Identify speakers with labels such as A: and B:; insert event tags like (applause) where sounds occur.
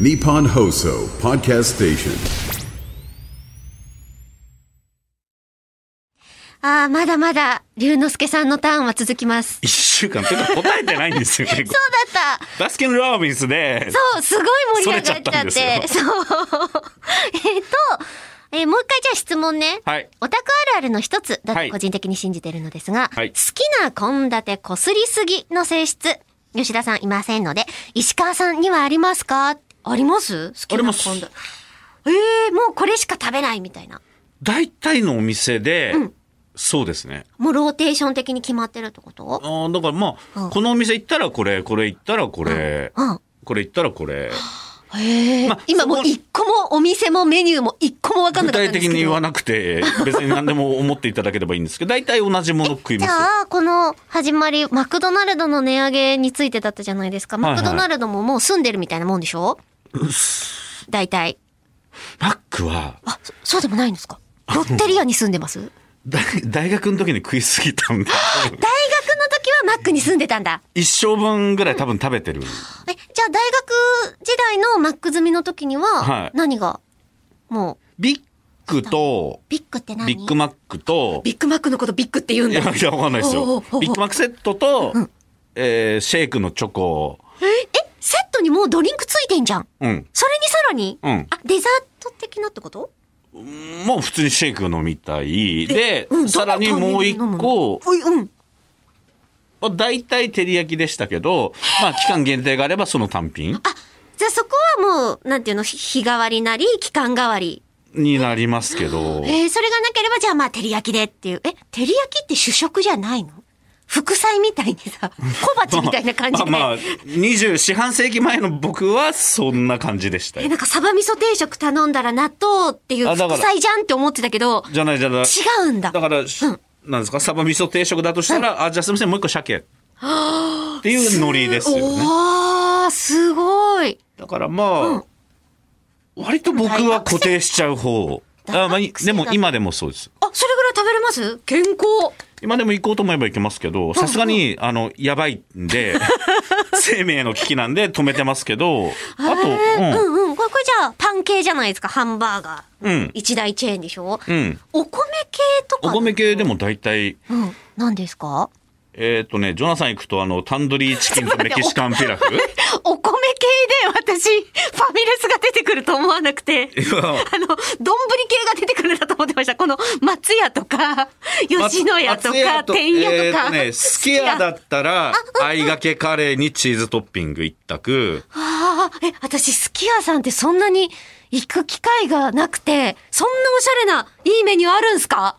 A: Nippon Hoso Podcast Station.
B: ああ、まだまだ、龍之介さんのターンは続きます。
C: 一週間というか答えてないんですよ
B: (laughs)
C: ね
B: そうだった
C: バスケン・ロービンスで
B: そう、すごい盛り上がっちゃっ
C: それちゃったん
B: て。
C: です
B: そう。 (laughs) えっと、えーもう一回じゃあ質問ね。
C: はい
B: オタクあるあるの一つだ
C: は
B: と
C: い
B: 個人的に信じてるのですが、
C: はい
B: 好きな献立こすりすぎの性質、吉田さんいませんので、石川さんにはありますかあります好
C: あ
B: き
C: り
B: な
C: ます
B: 献立。ええー、もうこれしか食べないみたいな。
C: 大体のお店で、
B: うん
C: そうですね
B: もうローテーション的に決まってるってこと
C: あーだからまあ、
B: うん
C: このお店行ったらこれこれ行ったらこれ、
B: うん。
C: これ行ったらこれ
B: へえ、
C: まあ
B: 今もう
C: そこ
B: 一個もお店もメニューも一個も分かん
C: 具
B: なかった
C: 体
B: んです
C: 的
B: けど
C: に言わなくて別に何でも思っていただければいいんですけど大体同じもの食い
B: じ
C: ますよ
B: ゃあこの始まりマクドナルドの値上げについてだったじゃないですか
C: はい
B: マ
C: は
B: ク
C: い
B: ドナルドももう住んでるみたいなもんでしょ、大体
C: マックは
B: あそそうでもないんですかロッテリアに住んでます大学
C: 大大学の時に食いすぎた
B: (laughs)
C: んで
B: の時はマックに住んでたんだ
C: 一生分ぐらい多分食べてる
B: えじゃあ大学時代のマック済みの時に
C: は
B: はい何が、もう
C: ビッグと
B: ビッグって何
C: ビッグマックと
B: ビッグマックのことビッグって言うん
C: い
B: だ
C: やいやわかんないです
B: おうお
C: よ
B: うおう
C: ビッグマックセットと、えーシェイクのチョコ
B: ええセットにもうドリンクついてんじゃん
C: うん
B: それにさらに、
C: うん
B: あデザート的なってこと
C: もう普通にシェイク飲みたいで、
B: うん
C: さらにもう一
B: どのタイミン
C: 個
B: グで飲むのうん
C: まあ大体照り焼きでしたけど、まあ期間限定があればその単品
B: あ、じゃあそこはもう、なんていうの、日日替わりなり、期間代わり。
C: になりますけど、
B: えー、それがなければ、じゃあまあ、照り焼きでっていう。え、照り焼きって主食じゃないの副菜みたいに
C: (laughs)
B: さ、小鉢みたいな感じで。
C: まあまあ、20、四半世紀前の僕はそんな感じでした
B: え、
C: よ。
B: なんか、サバ味噌定食頼んだら納豆っていう
C: あだから
B: 副菜じゃんって思ってたけど、
C: じゃないじゃない。
B: 違うんだ。
C: だから、しなんですか、サバ味噌定食だとしたら、あ、じゃあすみません、もう一個鮭。っていうノリですよね。
B: おー、すごい。
C: だからまあ、割と僕は固定しちゃう方。あまあ、
B: 大
C: い
B: 学生
C: でも
B: だ
C: 今でもそうです。
B: あ、それぐらい食べれます健康。
C: 今でも行こうと思えば行けますけど、さすがに、あの、やばいん
B: (laughs)
C: で、生命の危機なんで止めてますけど、あ
B: えー
C: と、
B: うんうん。これ、これじゃあ、パン系じゃないですか、ハンバーガー。
C: うん
B: 一大チェーンでしょ
C: うん、うん。
B: お米系とか。
C: お米系でも大体、
B: うん。何ですか
C: えっ、とね、ジョナさん行くと、あの、タンドリーチキンとメキシカンピラ
B: (laughs)
C: フ。
B: (laughs) お米系で私、ファミレスが出てくると思わなくて。 (laughs) あの、丼系が出てくるんだと思ってました。この、松屋とか、吉野家と
C: 松
B: か、天
C: え
B: 屋
C: ー
B: とか。
C: ね、すき家だ
B: あ
C: ったら、あいがけカレーにチーズトッピング一択。
B: あー、え、私、すき家さんってそんなに行く機会がなくて、そんなおしゃれな、いいメニューあるんすか